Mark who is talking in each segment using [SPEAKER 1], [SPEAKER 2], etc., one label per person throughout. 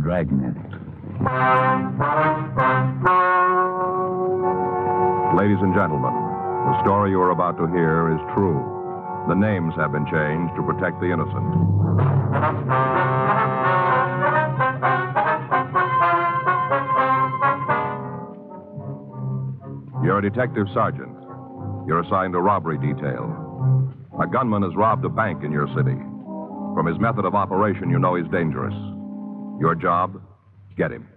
[SPEAKER 1] Dragnet.
[SPEAKER 2] Ladies and gentlemen, the story you are about to hear is true. The names have been changed to protect the innocent. You're a detective sergeant. You're assigned to robbery detail. A gunman has robbed a bank in your city. From his method of operation, you know he's dangerous. Your job? Get him.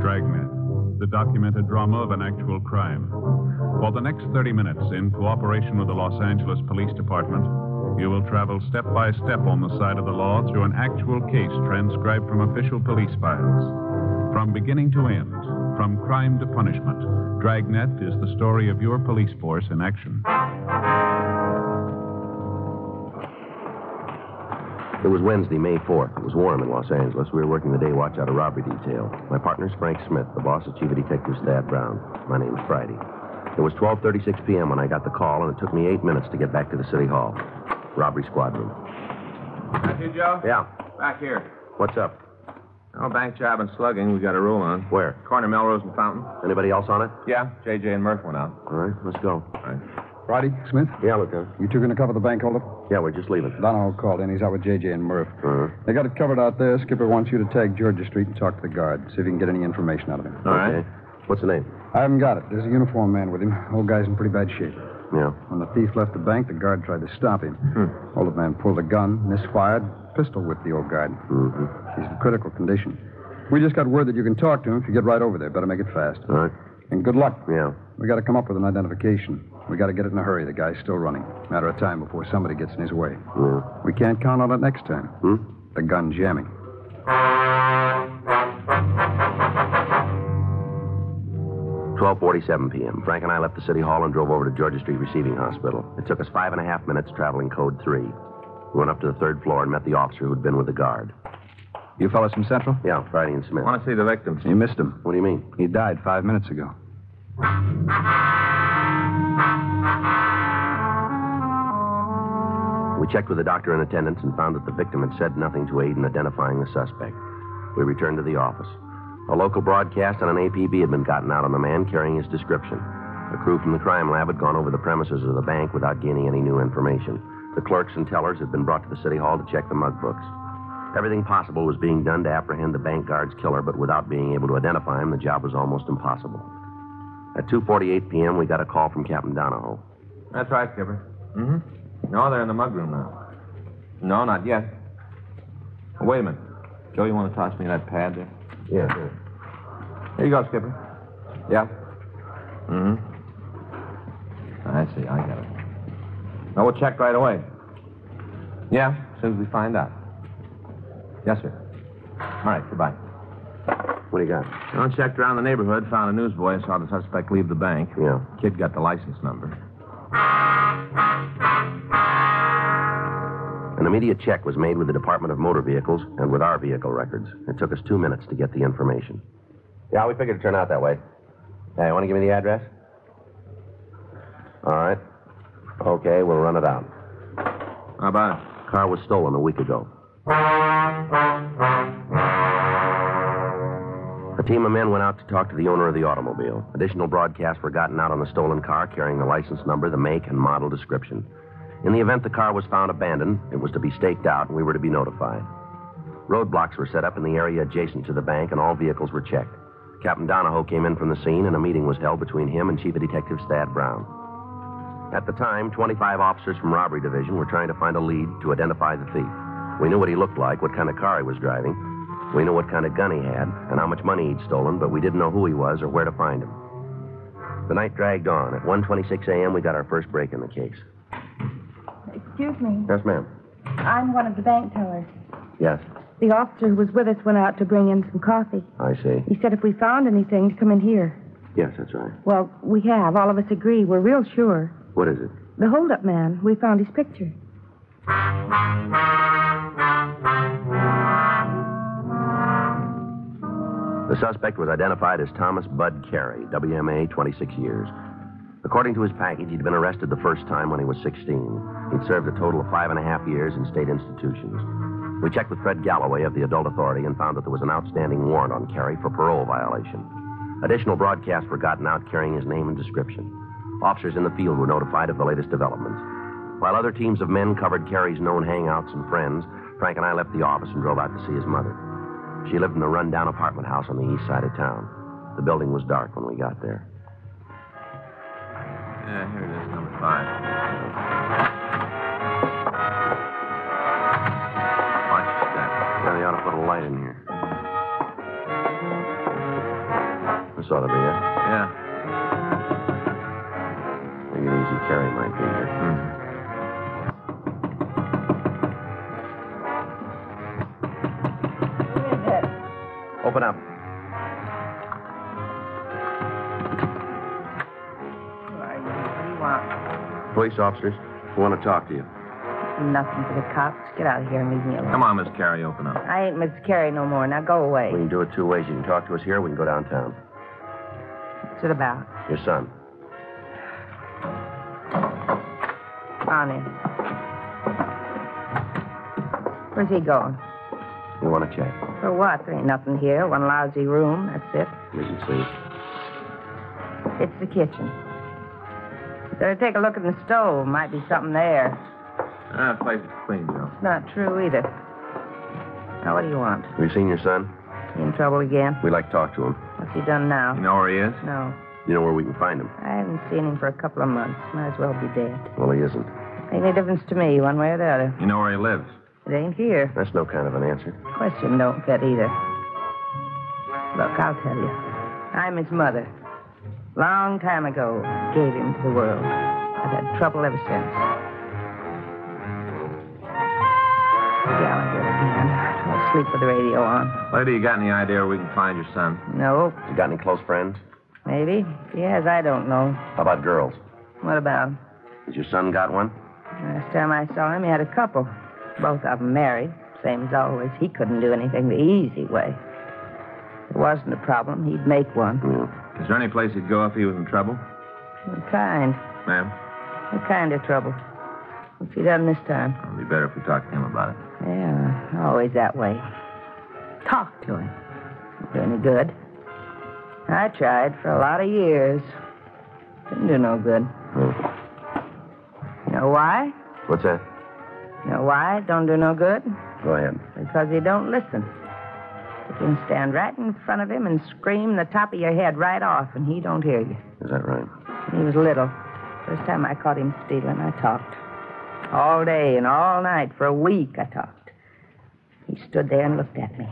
[SPEAKER 3] Dragnet, the documented drama of an actual crime. For the next 30 minutes, in cooperation with the Los Angeles Police Department, you will travel step by step on the side of the law through an actual case transcribed from official police files. From beginning to end, from crime to punishment, Dragnet is the story of your police force in action.
[SPEAKER 4] It was Wednesday, May 4th. It was warm in Los Angeles. We were working the day watch out of robbery detail. My partner's Frank Smith. The boss is Chief of Detectives Thad Brown. My name's Friday. It was 12.36 p.m. when I got the call, and it took me eight minutes to get back to the city hall. Robbery squad room.
[SPEAKER 5] That's you, Joe?
[SPEAKER 4] Yeah.
[SPEAKER 5] Back here.
[SPEAKER 4] What's up?
[SPEAKER 5] Oh, bank job and slugging. We got a roll on.
[SPEAKER 4] Where?
[SPEAKER 5] Corner Melrose and Fountain.
[SPEAKER 4] Anybody else on it?
[SPEAKER 5] Yeah, J.J. and Murph went out.
[SPEAKER 4] All right, let's go.
[SPEAKER 6] Friday, Smith,
[SPEAKER 4] Yeah, Lieutenant.
[SPEAKER 6] you two gonna cover the bank holdup?
[SPEAKER 4] Yeah, we're just leaving.
[SPEAKER 6] Donahoe called in. He's out with J.J. and Murph.
[SPEAKER 4] Uh-huh.
[SPEAKER 6] They got it covered out there. Skipper wants you to tag Georgia Street and talk to the guard. See if you can get any information out of him.
[SPEAKER 5] All right.
[SPEAKER 4] Okay. What's the name?
[SPEAKER 6] I haven't got it. There's a uniformed man with him. Old guy's in pretty bad shape.
[SPEAKER 4] Yeah.
[SPEAKER 6] When the thief left the bank, the guard tried to stop him. Old man pulled a gun, misfired, pistol whipped the old guard. He's in critical condition. We just got word that you can talk to him if you get right over there. Better make it fast.
[SPEAKER 4] All right.
[SPEAKER 6] And good luck.
[SPEAKER 4] Yeah.
[SPEAKER 6] We got to come up with an identification. We got to get it in a hurry. The guy's still running. Matter of time before somebody gets in his way.
[SPEAKER 4] Yeah.
[SPEAKER 6] We can't count on it next time.
[SPEAKER 4] Hmm?
[SPEAKER 6] The gun jamming.
[SPEAKER 4] Twelve forty-seven p.m. Frank and I left the city hall and drove over to Georgia Street Receiving Hospital. It took us five and a half minutes traveling code three. We went up to the third floor and met the officer who'd been with the guard.
[SPEAKER 6] You fellas from Central?
[SPEAKER 4] Yeah, Friday and Smith.
[SPEAKER 5] Want to see the victims?
[SPEAKER 6] You missed him.
[SPEAKER 4] What do you mean?
[SPEAKER 6] He died five minutes ago.
[SPEAKER 4] We checked with the doctor in attendance and found that the victim had said nothing to aid in identifying the suspect. We returned to the office. A local broadcast and an APB had been gotten out on the man carrying his description. A crew from the crime lab had gone over the premises of the bank without gaining any new information. The clerks and tellers had been brought to the city hall to check the mug books. Everything possible was being done to apprehend the bank guard's killer, but without being able to identify him, the job was almost impossible. At 2:48 p.m., we got a call from Captain Donahoe.
[SPEAKER 5] That's right, Skipper. Mm-hmm. No, they're in the mug room now. No, not yet. Oh, wait a minute. Joe, you want to toss me that pad there?
[SPEAKER 4] Yeah.
[SPEAKER 5] Here you go, Skipper. Yeah. Mm-hmm. I see. I got it. Now we'll check right away. Yeah, as soon as we find out. Yes, sir. All right, goodbye.
[SPEAKER 4] What do you got?
[SPEAKER 5] Well, checked around the neighborhood, found a newsboy, saw the suspect leave the bank.
[SPEAKER 4] Yeah.
[SPEAKER 5] Kid got the license number.
[SPEAKER 4] An immediate check was made with the Department of Motor Vehicles and with our vehicle records. It took us two minutes to get the information. Yeah, we figured it'd turn out that way. Hey, want to give me the address? All right. Okay, we'll run it out.
[SPEAKER 5] How about it?
[SPEAKER 4] Ah, Car was stolen a week ago. A team of men went out to talk to the owner of the automobile. Additional broadcasts were gotten out on the stolen car carrying the license number, the make, and model description. In the event the car was found abandoned, it was to be staked out and we were to be notified. Roadblocks were set up in the area adjacent to the bank and all vehicles were checked. Captain Donahoe came in from the scene and a meeting was held between him and Chief of Detectives Thad Brown. At the time, 25 officers from Robbery Division were trying to find a lead to identify the thief. We knew what he looked like, what kind of car he was driving. We knew what kind of gun he had and how much money he'd stolen, but we didn't know who he was or where to find him. The night dragged on. At 1:26 a.m., we got our first break in the case.
[SPEAKER 7] Excuse me.
[SPEAKER 4] Yes, ma'am.
[SPEAKER 7] I'm one of the bank tellers.
[SPEAKER 4] Yes,
[SPEAKER 7] The officer who was with us went out to bring in some coffee.
[SPEAKER 4] I see.
[SPEAKER 7] He said if we found anything, to come in here.
[SPEAKER 4] Yes, that's right.
[SPEAKER 7] Well, we have. All of us agree. We're real sure.
[SPEAKER 4] What is it?
[SPEAKER 7] The holdup man. We found his picture.
[SPEAKER 4] The suspect was identified as Thomas Bud Carey, WMA, 26 years. According to his package, he'd been arrested the first time when he was 16. He'd served a total of five and a half years in state institutions. We checked with Fred Galloway of the Adult Authority and found that there was an outstanding warrant on Carey for parole violation. Additional broadcasts were gotten out carrying his name and description. Officers in the field were notified of the latest developments. While other teams of men covered Carey's known hangouts and friends, Frank and I left the office and drove out to see his mother. She lived in a rundown apartment house on the east side of town. The building was dark when we got there.
[SPEAKER 5] Yeah, here it is, number five. Watch that.
[SPEAKER 4] Yeah, they ought to put a light in here. This ought to be it.
[SPEAKER 5] Yeah.
[SPEAKER 4] Maybe an easy carry might be here. Open up. Police officers, we want to talk to you.
[SPEAKER 8] Nothing for the cops. Get out of here and leave me alone.
[SPEAKER 5] Come on, Miss Carey, open up.
[SPEAKER 8] I ain't Miss Carey no more. Now go away.
[SPEAKER 4] We can do it two ways. You can talk to us here, or we can go downtown.
[SPEAKER 8] What's it about?
[SPEAKER 4] Your son.
[SPEAKER 8] On in. Where's he going?
[SPEAKER 4] We want to check.
[SPEAKER 8] For what? There ain't nothing here. One lousy room. That's it.
[SPEAKER 4] We can see.
[SPEAKER 8] It's the kitchen. Better take a look in the stove. Might be something there.
[SPEAKER 5] Ah, place is clean, Joe.
[SPEAKER 8] It's not true either. Now, what do you want?
[SPEAKER 4] Have you seen your son?
[SPEAKER 8] You in trouble again?
[SPEAKER 4] We'd like to talk to him.
[SPEAKER 8] What's he done now?
[SPEAKER 5] You know where he is?
[SPEAKER 8] No.
[SPEAKER 4] You know where we can find him.
[SPEAKER 8] I haven't seen him for a couple of months. Might as well be dead.
[SPEAKER 4] Well, he isn't.
[SPEAKER 8] Ain't any difference to me, one way or the other.
[SPEAKER 5] You know where he lives?
[SPEAKER 8] It ain't here.
[SPEAKER 4] That's no kind of an answer.
[SPEAKER 8] Question don't fit either. Look, I'll tell you. I'm his mother. Long time ago, gave him to the world. I've had trouble ever since. Gallagher again. I'll sleep with the radio on.
[SPEAKER 5] Lady, you got any idea where we can find your son?
[SPEAKER 8] No,
[SPEAKER 4] You got any close friends?
[SPEAKER 8] maybe. If he has, I don't know.
[SPEAKER 4] How about girls?
[SPEAKER 8] What about him?
[SPEAKER 4] Has your son got one?
[SPEAKER 8] Last time I saw him, he had a couple. Both of 'em married. Same as always. He couldn't do anything the easy way. If it wasn't a problem, he'd make one.
[SPEAKER 4] Yeah.
[SPEAKER 5] Hmm. Is there any place he'd go if he was in trouble?
[SPEAKER 8] What kind?
[SPEAKER 5] Ma'am,
[SPEAKER 8] What kind of trouble? What's he done this time?
[SPEAKER 5] it'd be better if we talked to him about it.
[SPEAKER 8] Yeah, always that way. Talk to him. Won't Do any good. I tried for a lot of years. Didn't do no good.
[SPEAKER 4] Yeah.
[SPEAKER 8] You know why?
[SPEAKER 4] What's that?
[SPEAKER 8] You know why it don't do no good?
[SPEAKER 4] Go ahead.
[SPEAKER 8] Because he don't listen. You can stand right in front of him and scream the top of your head right off, and he don't hear you.
[SPEAKER 4] Is that right?
[SPEAKER 8] He was little. First time I caught him stealing, I talked. All day and all night for a week, I talked. He stood there and looked at me.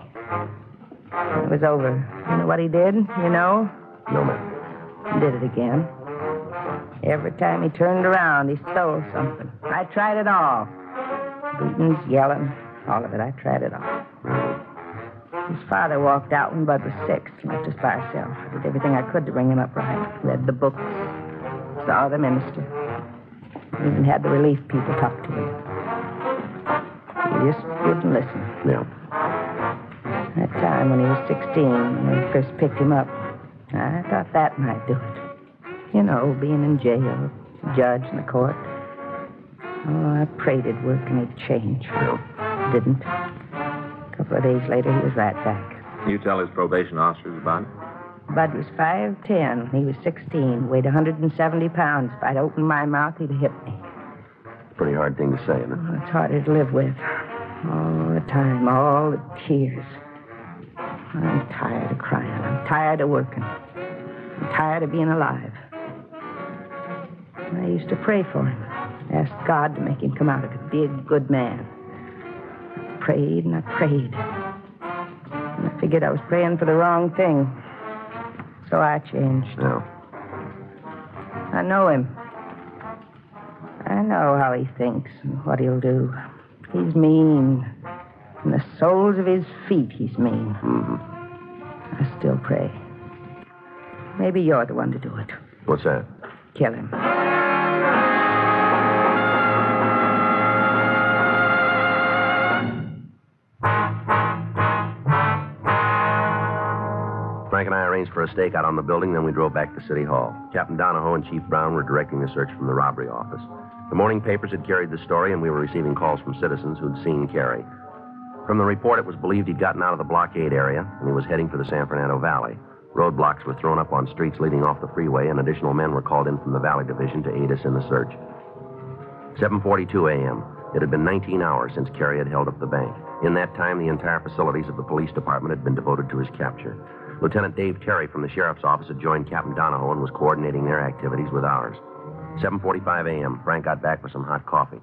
[SPEAKER 8] It was over. You know what he did? You know?
[SPEAKER 4] No, ma'am.
[SPEAKER 8] Did it again. Every time he turned around, he stole something. I tried it all. Beatings, yelling, all of it. I tried it all. His father walked out when Bud was six and left us by ourselves. I did everything I could to bring him up right. Read the books, saw the minister, even had the relief people talk to him. He just wouldn't listen.
[SPEAKER 4] Yeah.
[SPEAKER 8] That time when he was 16, when we first picked him up, I thought that might do it. You know, being in jail, judge in the court. Oh, I prayed it'd work and he'd change. Well, didn't. A couple of days later, he was right back.
[SPEAKER 5] You tell his probation officers about it?
[SPEAKER 8] Bud was 5'10. He was 16, weighed 170 pounds. If I'd opened my mouth, he'd hit me.
[SPEAKER 4] Pretty hard thing to say, isn't it?
[SPEAKER 8] Oh, it's harder to live with. All the time, all the tears. I'm tired of crying. I'm tired of working. I'm tired of being alive. I used to pray for him. Ask God to make him come out of it, be a good man. I prayed and I prayed. And I figured I was praying for the wrong thing. So I changed.
[SPEAKER 4] No.
[SPEAKER 8] I know him. I know how he thinks and what he'll do. He's mean. In the soles of his feet, he's mean.
[SPEAKER 4] Mm-hmm.
[SPEAKER 8] I still pray. Maybe you're the one to do it.
[SPEAKER 4] What's that?
[SPEAKER 8] Kill him.
[SPEAKER 4] Frank Frank and I arranged for a stakeout on the building, then we drove back to City Hall. Captain Donahoe and Chief Brown were directing the search from the robbery office. The morning papers had carried the story, and we were receiving calls from citizens who'd seen Carey. From the report, it was believed he'd gotten out of the blockade area, and he was heading for the San Fernando Valley. Roadblocks were thrown up on streets leading off the freeway, and additional men were called in from the Valley Division to aid us in the search. 7:42 a.m. It had been 19 hours since Carey had held up the bank. In that time, the entire facilities of the police department had been devoted to his capture. Lieutenant Dave Terry from the sheriff's office had joined Captain Donahoe and was coordinating their activities with ours. 7:45 a.m. Frank got back with some hot coffee.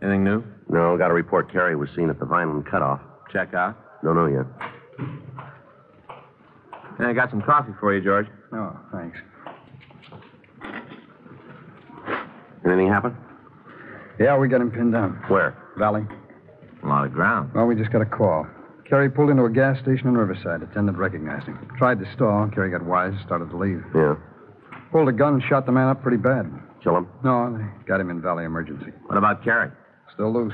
[SPEAKER 5] Anything new?
[SPEAKER 4] No, got a report. Carey was seen at the Vineland cutoff.
[SPEAKER 5] Check out.
[SPEAKER 4] Don't know yet.
[SPEAKER 5] And I got some coffee for you, George.
[SPEAKER 6] Oh, thanks.
[SPEAKER 4] Anything happen?
[SPEAKER 6] Yeah, we got him pinned down.
[SPEAKER 4] Where?
[SPEAKER 6] Valley.
[SPEAKER 5] A lot of ground.
[SPEAKER 6] Well, we just got a call. Kerry pulled into a gas station in Riverside. Attendant recognized him. Tried to stall. Kerry got wise, started to leave.
[SPEAKER 4] Yeah.
[SPEAKER 6] Pulled a gun, shot the man up pretty bad.
[SPEAKER 4] Kill him?
[SPEAKER 6] No, they got him in Valley Emergency.
[SPEAKER 5] What about Carrie?
[SPEAKER 6] Still loose.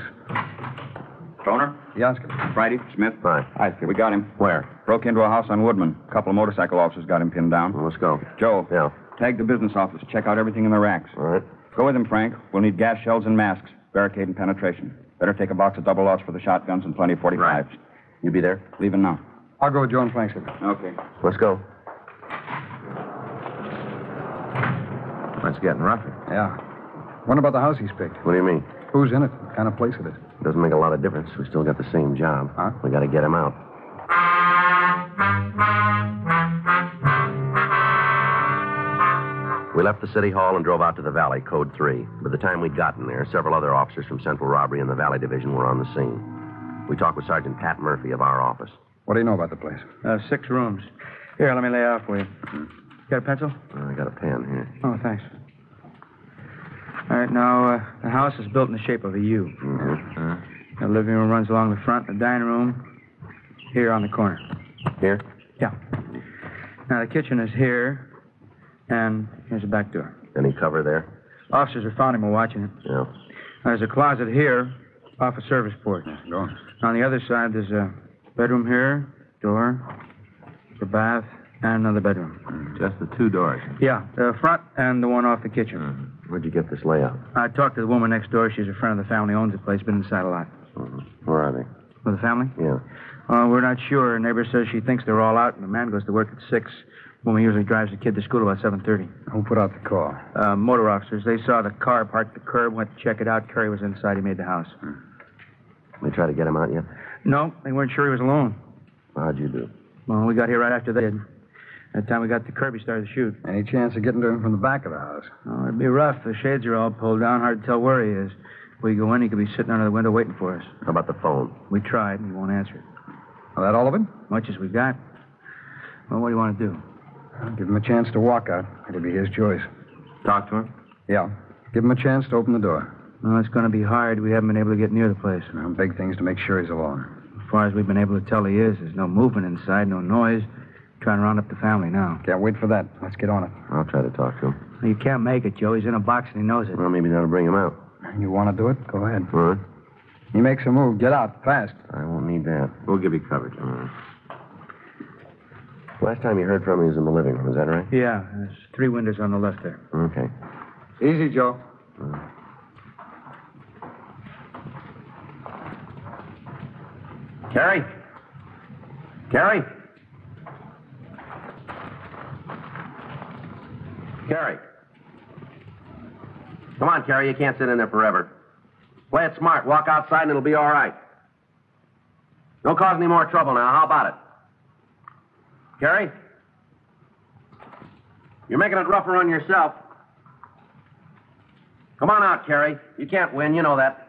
[SPEAKER 9] Stoner,
[SPEAKER 6] Yes, Captain.
[SPEAKER 9] Friday, Smith.
[SPEAKER 4] Right.
[SPEAKER 9] Hi, we got him.
[SPEAKER 4] Where?
[SPEAKER 9] Broke into a house on Woodman. A couple of motorcycle officers got him pinned down.
[SPEAKER 6] Mm.
[SPEAKER 4] Well, let's go.
[SPEAKER 9] Joe,
[SPEAKER 4] Yeah.
[SPEAKER 9] tag the business office. Check out everything in the racks.
[SPEAKER 6] Mm.
[SPEAKER 4] All right.
[SPEAKER 9] Go with him, Frank. We'll need gas shells and masks, barricade and penetration. Better take a box of double lots for the shotguns and plenty of 45s.
[SPEAKER 4] You be there?
[SPEAKER 9] Leaving now.
[SPEAKER 6] I'll go with Joe and Frank, Captain.
[SPEAKER 9] Okay.
[SPEAKER 4] Let's go.
[SPEAKER 5] It's getting rougher.
[SPEAKER 6] Yeah. What about the house he's picked?
[SPEAKER 4] What do you mean?
[SPEAKER 6] Who's in it? What kind of place it is?
[SPEAKER 4] Doesn't make a lot of difference. We still got the same job.
[SPEAKER 6] Huh?
[SPEAKER 4] We got to get him out. We left the city hall and drove out to the valley, code three. By the time we'd gotten there, several other officers from Central Robbery and the Valley Division were on the scene. We talked with Sergeant Pat Murphy of our office.
[SPEAKER 6] What do you know about the place?
[SPEAKER 9] Uh, six rooms. Here, let me lay out for you. Got a pencil?
[SPEAKER 4] Uh, I got a pen here.
[SPEAKER 9] Oh, thanks. All right, now, uh, the house is built in the shape of a U.
[SPEAKER 6] Mm-hmm.
[SPEAKER 9] The living room runs along the front, the dining room here on the corner.
[SPEAKER 4] Here?
[SPEAKER 9] Yeah. Now, the kitchen is here, and here's the back door.
[SPEAKER 4] Any cover there?
[SPEAKER 9] Officers are found him while watching it.
[SPEAKER 4] Yeah.
[SPEAKER 9] There's a closet here off a service porch.
[SPEAKER 6] Go on.
[SPEAKER 9] On the other side, there's a bedroom here, door, the bath, and another bedroom.
[SPEAKER 5] Just the two doors.
[SPEAKER 9] Yeah, the front and the one off the kitchen.
[SPEAKER 4] Where'd you get this layout?
[SPEAKER 9] I talked to the woman next door. She's a friend of the family, owns the place, been inside a lot.
[SPEAKER 4] Where are they?
[SPEAKER 9] With the family?
[SPEAKER 4] Yeah.
[SPEAKER 9] Uh, we're not sure. Her neighbor says she thinks they're all out, and the man goes to work at 6. Woman usually drives the kid to school about 7.30.
[SPEAKER 6] Who put out the call?
[SPEAKER 9] Uh, motor officers, they saw the car parked at the curb, went to check it out. Kerry was inside. He made the house.
[SPEAKER 6] Hmm.
[SPEAKER 4] We try to get him out yet?
[SPEAKER 9] No, they weren't sure he was alone.
[SPEAKER 4] How'd you do?
[SPEAKER 9] Well, we got here right after they did. By the time we got to the curb, he started to shoot.
[SPEAKER 6] Any chance of getting to him from the back of the house?
[SPEAKER 9] Oh, it'd be rough. The shades are all pulled down. Hard to tell where he is. We go in, he could be sitting under the window waiting for us.
[SPEAKER 4] How about the phone?
[SPEAKER 9] We tried, and he won't answer.
[SPEAKER 6] Is that all of it?
[SPEAKER 9] Much as we got. Well, what do you want to do?
[SPEAKER 6] I'll give him a chance to walk out. It'll be his choice.
[SPEAKER 5] Talk to him?
[SPEAKER 6] Yeah. Give him a chance to open the door.
[SPEAKER 9] Well, it's going to be hard. We haven't been able to get near the place.
[SPEAKER 6] Now, big things to make sure he's alone.
[SPEAKER 9] As far as we've been able to tell, he is. There's no movement inside, no noise. Trying to round up the family now.
[SPEAKER 6] Can't wait for that. Let's get on it.
[SPEAKER 4] I'll try to talk to him.
[SPEAKER 9] You can't make it, Joe. He's in a box and he knows it.
[SPEAKER 4] Well, maybe that'll bring him out.
[SPEAKER 6] You want to do it? Go ahead.
[SPEAKER 4] All right.
[SPEAKER 6] He makes a move. Get out fast.
[SPEAKER 4] I won't need that.
[SPEAKER 5] We'll give you coverage.
[SPEAKER 4] Last time you heard from me was in the living room, is that right?
[SPEAKER 9] Yeah, there's three windows on the left there.
[SPEAKER 4] Okay.
[SPEAKER 6] Easy, Joe.
[SPEAKER 4] Carrie? Carrie? Carrie. Come on, Carrie, you can't sit in there forever. Play it smart. Walk outside and it'll be all right. Don't cause any more trouble now. How about it? Carrie? You're making it rougher on yourself. Come on out, Carrie. You can't win. You know that.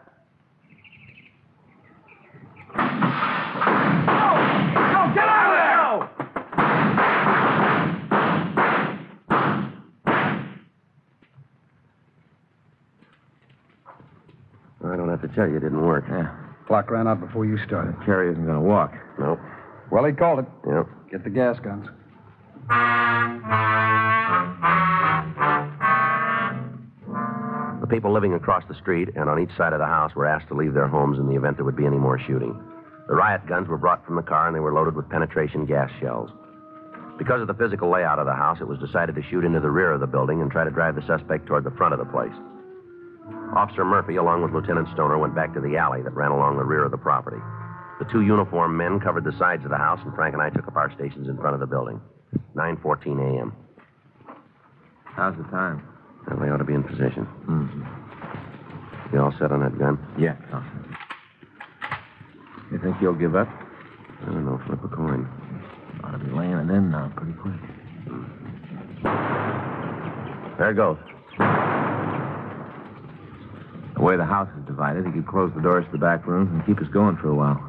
[SPEAKER 4] I don't have to tell you, it didn't work.
[SPEAKER 6] Yeah. Clock ran out before you started.
[SPEAKER 5] Carrie isn't going to walk.
[SPEAKER 4] Nope.
[SPEAKER 6] Well, he called it.
[SPEAKER 4] Yep.
[SPEAKER 6] Get the gas guns.
[SPEAKER 4] The people living across the street and on each side of the house were asked to leave their homes in the event there would be any more shooting. The riot guns were brought from the car and they were loaded with penetration gas shells. Because of the physical layout of the house, it was decided to shoot into the rear of the building and try to drive the suspect toward the front of the place. Officer Murphy, along with Lieutenant Stoner, went back to the alley that ran along the rear of the property. The two uniformed men covered the sides of the house, and Frank and I took up our stations in front of the building. 9.14 a.m.
[SPEAKER 5] How's the time?
[SPEAKER 4] Well, they ought to be in position. You all set on that gun?
[SPEAKER 5] Yeah. You think you'll give up?
[SPEAKER 4] I don't know. Flip a coin.
[SPEAKER 5] Ought to be laying it in now pretty quick.
[SPEAKER 4] There it goes.
[SPEAKER 5] The way the house is divided, he could close the doors to the back rooms and keep us going for a while.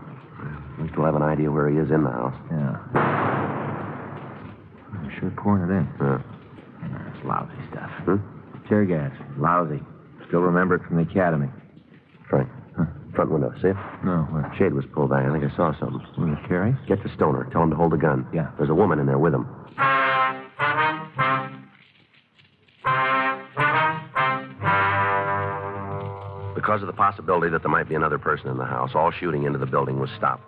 [SPEAKER 4] We still have an idea where he is in the house.
[SPEAKER 5] Yeah. I'm sure pouring it in.
[SPEAKER 4] Yeah.
[SPEAKER 5] Yeah, It's lousy stuff.
[SPEAKER 4] Hmm?
[SPEAKER 5] Tear gas. Lousy. Still remember it from the academy.
[SPEAKER 4] Frank. Front window. See it?
[SPEAKER 5] No, where?
[SPEAKER 4] Shade was pulled back. I think I saw something.
[SPEAKER 5] Where the Terry?
[SPEAKER 4] Get the stoner. Tell him to hold the gun.
[SPEAKER 5] Yeah.
[SPEAKER 4] There's a woman in there with him. Because of the possibility that there might be another person in the house, all shooting into the building was stopped.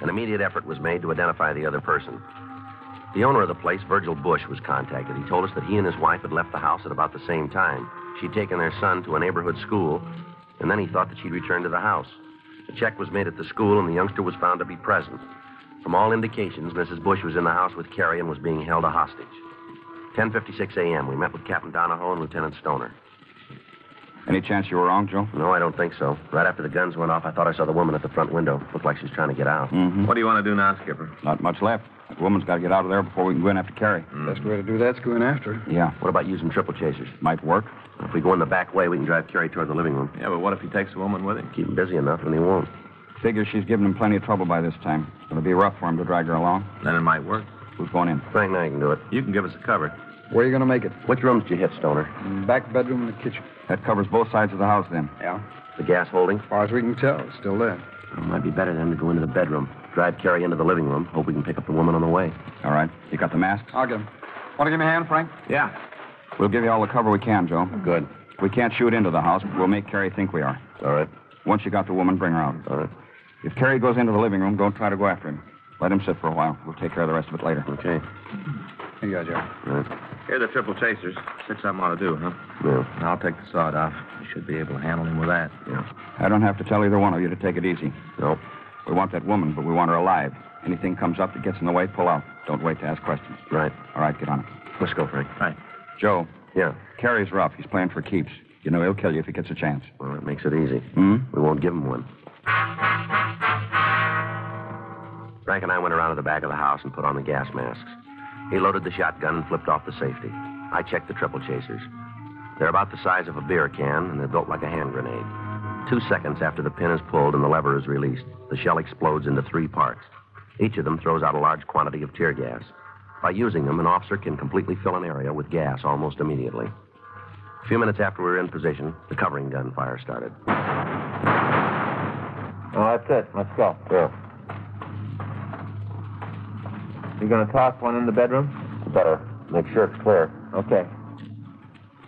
[SPEAKER 4] An immediate effort was made to identify the other person. The owner of the place, Virgil Bush, was contacted. He told us that he and his wife had left the house at about the same time. She'd taken their son to a neighborhood school, and then he thought that she'd returned to the house. A check was made at the school, and the youngster was found to be present. From all indications, Mrs. Bush was in the house with Carrie and was being held a hostage. 10:56 a.m. We met with Captain Donahoe and Lieutenant Stoner.
[SPEAKER 10] Any chance you were wrong, Joe?
[SPEAKER 4] No, I don't think so. Right after the guns went off, I thought I saw the woman at the front window. Looked like she was trying to get out.
[SPEAKER 10] Mm-hmm.
[SPEAKER 5] What do you want to do now, Skipper?
[SPEAKER 10] Not much left. That woman's got to get out of there before we can go in after Carrie.
[SPEAKER 5] Mm.
[SPEAKER 6] Best way to do that's going after her.
[SPEAKER 10] Yeah,
[SPEAKER 4] What about using triple chasers?
[SPEAKER 10] might work.
[SPEAKER 4] If we go in the back way, we can drive Carrie toward the living room.
[SPEAKER 5] Yeah, but what if he takes the woman with him?
[SPEAKER 4] Keep him busy enough, and he won't.
[SPEAKER 10] Figures she's given him plenty of trouble by this time. It'll be rough for him to drag her along.
[SPEAKER 5] Then it might work.
[SPEAKER 10] Who's going in?
[SPEAKER 4] Frank and I can do it.
[SPEAKER 5] You can give us a cover.
[SPEAKER 6] Where are you going to make it?
[SPEAKER 4] Which rooms did you hit, Stoner?
[SPEAKER 6] Back bedroom and the kitchen.
[SPEAKER 10] That covers both sides of the house then.
[SPEAKER 6] Yeah.
[SPEAKER 4] The gas holding?
[SPEAKER 6] As far as we can tell, it's still there.
[SPEAKER 4] It might be better than to go into the bedroom. Drive Carrie into the living room. Hope we can pick up the woman on the way.
[SPEAKER 10] All right. You got the masks?
[SPEAKER 6] I'll get him. Want to give me a hand, Frank?
[SPEAKER 5] Yeah.
[SPEAKER 10] We'll give you all the cover we can, Joe. Good. We can't shoot into the house, but we'll make Carrie think we are.
[SPEAKER 4] All right.
[SPEAKER 10] Once you got the woman, bring her out.
[SPEAKER 4] All right.
[SPEAKER 10] If Carrie goes into the living room, don't try to go after him. Let him sit for a while. We'll take care of the rest of it later.
[SPEAKER 4] Okay.
[SPEAKER 6] Here you go, Joe.
[SPEAKER 4] All right.
[SPEAKER 5] Here are the triple chasers. Six of them ought to do, huh?
[SPEAKER 4] Yeah.
[SPEAKER 5] I'll take the sawed off. You should be able to handle him with that. Yeah.
[SPEAKER 10] I don't have to tell either one of you to take it easy.
[SPEAKER 4] Nope.
[SPEAKER 10] We want that woman, but we want her alive. Anything comes up that gets in the way, pull out. Don't wait to ask questions.
[SPEAKER 4] Right.
[SPEAKER 10] All right, get on it.
[SPEAKER 4] Let's go, Frank.
[SPEAKER 5] Right.
[SPEAKER 10] Joe,
[SPEAKER 4] Yeah.
[SPEAKER 10] Carrie's rough. He's playing for keeps. You know he'll kill you if he gets a chance.
[SPEAKER 4] Well, that makes it easy.
[SPEAKER 10] Hmm?
[SPEAKER 4] We won't give him one. Frank and I went around to the back of the house and put on the gas masks. He loaded the shotgun and flipped off the safety. I checked the triple chasers. They're about the size of a beer can, and they're built like a hand grenade. Two seconds after the pin is pulled and the lever is released, the shell explodes into three parts. Each of them throws out a large quantity of tear gas. By using them, an officer can completely fill an area with gas almost immediately. A few minutes after we were in position, the covering gun fire started.
[SPEAKER 5] Well, that's it. Let's go.
[SPEAKER 4] Yeah,
[SPEAKER 5] You going to toss one in the bedroom?
[SPEAKER 4] better. Make sure it's clear.
[SPEAKER 5] Okay.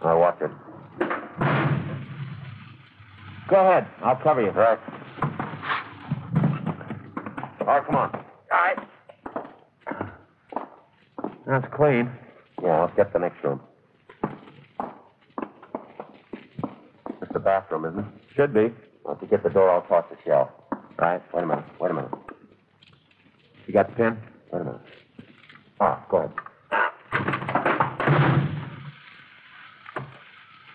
[SPEAKER 4] I watch it.
[SPEAKER 5] Go ahead. I'll cover you.
[SPEAKER 4] All right. All right, come on.
[SPEAKER 8] All right.
[SPEAKER 5] That's clean.
[SPEAKER 4] Yeah, let's get the next room. It's the bathroom, isn't it?
[SPEAKER 5] Should be.
[SPEAKER 4] Well, if you get the door, I'll toss the shell. All right, wait a minute. Wait a minute.
[SPEAKER 5] You got the pin?
[SPEAKER 4] Wait a minute. Ah, go ahead.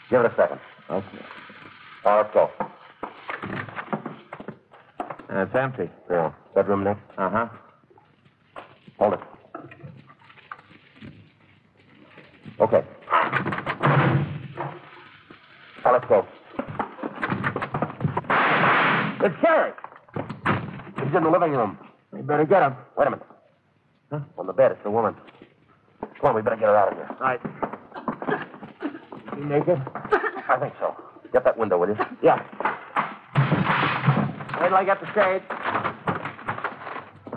[SPEAKER 4] Give it a second.
[SPEAKER 5] Okay.
[SPEAKER 4] All right, let's go.
[SPEAKER 5] And Uh, it's empty.
[SPEAKER 4] Yeah, bedroom next.
[SPEAKER 5] Uh huh.
[SPEAKER 4] Hold it. Okay. Now Ah, let's go. It's Carrie. He's in the living room. We better get him. Wait a minute. On the bed, it's the woman. Come on, we better get her out of here. Right. You naked? I think so. Get that window, will you? Yeah.
[SPEAKER 9] Wait till I get the shade.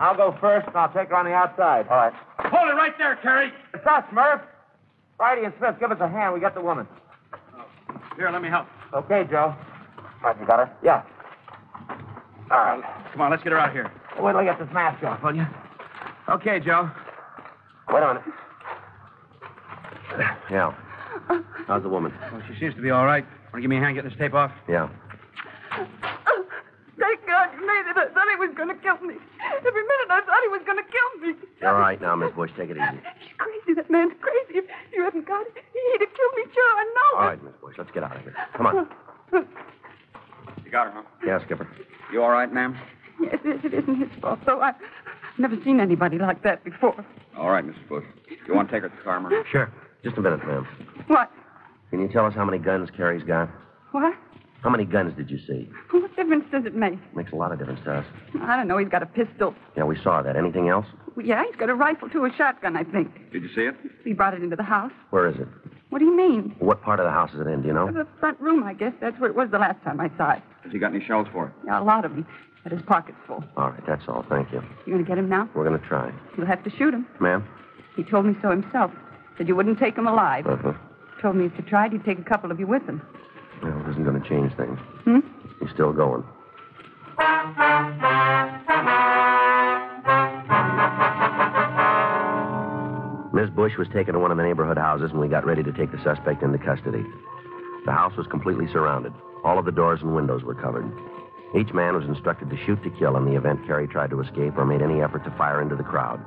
[SPEAKER 9] I'll go first, and I'll take her on the outside.
[SPEAKER 4] All right.
[SPEAKER 9] Hold it right there, Terry. It's us, Murph. Friday and Smith, give us a hand. We got the woman. Here, let me help. Okay, Joe.
[SPEAKER 4] All right, you got her?
[SPEAKER 9] Yeah.
[SPEAKER 4] All right.
[SPEAKER 9] Come on, let's get her out here. Wait till I get this mask off, will you? Okay, Joe.
[SPEAKER 4] Wait a minute. Yeah. How's the woman?
[SPEAKER 9] Well, she seems to be all right. Want to give me a hand getting this tape off?
[SPEAKER 4] Yeah.
[SPEAKER 11] Thank God you made it. I thought he was going to kill me. Every minute I thought he was going to kill me.
[SPEAKER 4] You're all right now, Miss Bush. Take it easy.
[SPEAKER 11] He's crazy. That man's crazy. If you haven't got it, he'd have killed me, sure. I know.
[SPEAKER 4] All right, Miss Bush. Let's get out of here. Come on.
[SPEAKER 10] You got her, huh?
[SPEAKER 4] Yeah, Skipper.
[SPEAKER 10] You all right, ma'am?
[SPEAKER 11] Yes, yes, it isn't his fault, though. I've never seen anybody like that before.
[SPEAKER 10] All right, Mrs. Bush. You want to take her to the car, ma'am?
[SPEAKER 4] Sure. Just a minute, ma'am.
[SPEAKER 11] What?
[SPEAKER 4] Can you tell us how many guns Carrie's got?
[SPEAKER 11] What?
[SPEAKER 4] How many guns did you see?
[SPEAKER 11] What difference does it make?
[SPEAKER 4] Makes a lot of difference to us.
[SPEAKER 11] I don't know. He's got a pistol.
[SPEAKER 4] Yeah, we saw that. Anything else?
[SPEAKER 11] Yeah, he's got a rifle, too, a shotgun, I think.
[SPEAKER 10] Did you see it?
[SPEAKER 11] He brought it into the house.
[SPEAKER 4] Where is it?
[SPEAKER 11] What do you mean?
[SPEAKER 4] What part of the house is it in? Do you know?
[SPEAKER 11] The front room, I guess. That's where it was the last time I saw it.
[SPEAKER 10] Has he got any shells for it?
[SPEAKER 11] Yeah, a lot of them. But his pocket's full.
[SPEAKER 4] All right, that's all. Thank you.
[SPEAKER 11] You going to get him now?
[SPEAKER 4] We're going to try.
[SPEAKER 11] You'll have to shoot him.
[SPEAKER 4] Ma'am?
[SPEAKER 11] He told me so himself. Said you wouldn't take him alive.
[SPEAKER 4] Uh-huh.
[SPEAKER 11] Told me if you tried, he'd take a couple of you with him.
[SPEAKER 4] No, it isn't going to change things.
[SPEAKER 11] Hmm?
[SPEAKER 4] He's still going. Miss Bush was taken to one of the neighborhood houses when we got ready to take the suspect into custody. The house was completely surrounded. All of the doors and windows were covered. Each man was instructed to shoot to kill in the event Carrie tried to escape or made any effort to fire into the crowd.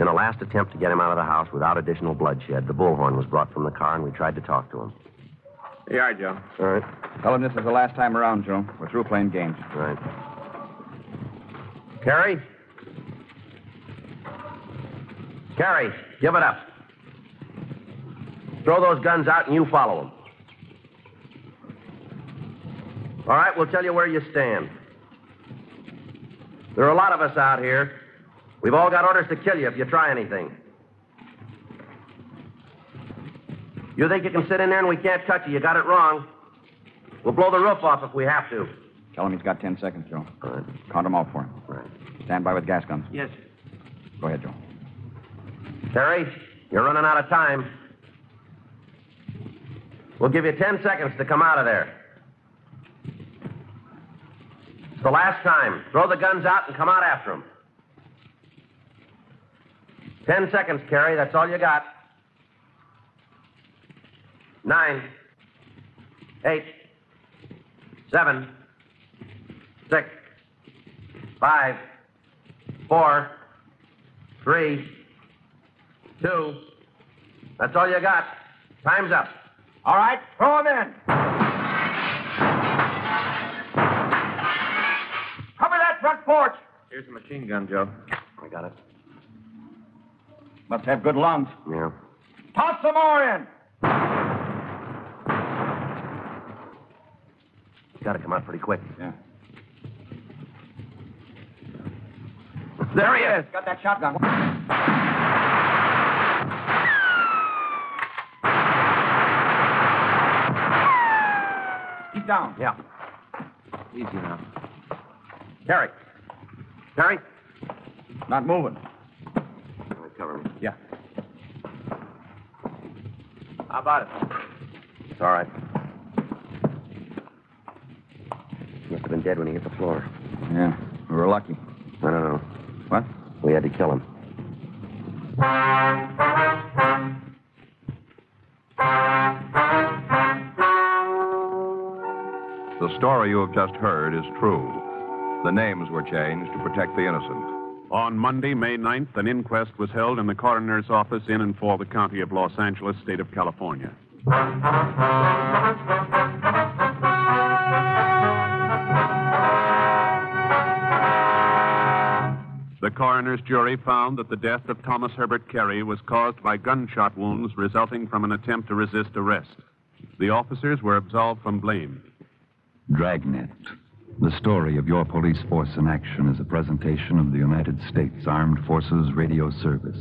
[SPEAKER 4] In a last attempt to get him out of the house without additional bloodshed, the bullhorn was brought from the car and we tried to talk to him.
[SPEAKER 10] You are, Joe.
[SPEAKER 4] All right.
[SPEAKER 10] Tell him this is the last time around, Joe. We're through playing games.
[SPEAKER 4] Right. Carrie? Carrie, give it up. Throw those guns out and you follow them. All right, we'll tell you where you stand. There are a lot of us out here. We've all got orders to kill you if you try anything. You think you can sit in there and we can't touch you? You got it wrong. We'll blow the roof off if we have to.
[SPEAKER 10] Tell him he's got 10 seconds, Joe.
[SPEAKER 4] All right.
[SPEAKER 10] Count them out for him.
[SPEAKER 4] Right.
[SPEAKER 10] Stand by with gas guns.
[SPEAKER 9] Yes.
[SPEAKER 10] Go ahead, Joe.
[SPEAKER 4] Terry, you're running out of time. We'll give you 10 seconds to come out of there. It's the last time. Throw the guns out and come out after them. 10 seconds, Carrie. That's all you got. Nine, eight, seven, six, five, four, three, two. That's all you got. Time's up. All right, throw 'em in. Cover that front porch.
[SPEAKER 5] Here's the machine gun, Joe.
[SPEAKER 4] I got it.
[SPEAKER 10] Must have good lungs.
[SPEAKER 4] Yeah.
[SPEAKER 10] Toss some more in.
[SPEAKER 4] Got to come out pretty quick.
[SPEAKER 10] Yeah.
[SPEAKER 4] There he is.
[SPEAKER 10] Got that shotgun. Keep down.
[SPEAKER 4] Yeah.
[SPEAKER 5] Easy now.
[SPEAKER 4] Terry. Terry.
[SPEAKER 10] Not moving.
[SPEAKER 4] All right, cover me.
[SPEAKER 10] Yeah.
[SPEAKER 5] How about it?
[SPEAKER 4] It's all right. Must have been dead when he hit the floor.
[SPEAKER 10] Yeah. We were lucky.
[SPEAKER 4] I don't know.
[SPEAKER 10] What?
[SPEAKER 4] We had to kill him.
[SPEAKER 2] The story you have just heard is true. The names were changed to protect the innocent.
[SPEAKER 3] On Monday, May 9th, an inquest was held in the coroner's office in and for the county of Los Angeles, state of California. The coroner's jury found that the death of Thomas Herbert Carey was caused by gunshot wounds resulting from an attempt to resist arrest. The officers were absolved from blame.
[SPEAKER 1] Dragnet. The story of your police force in action is a presentation of the United States Armed Forces Radio Service.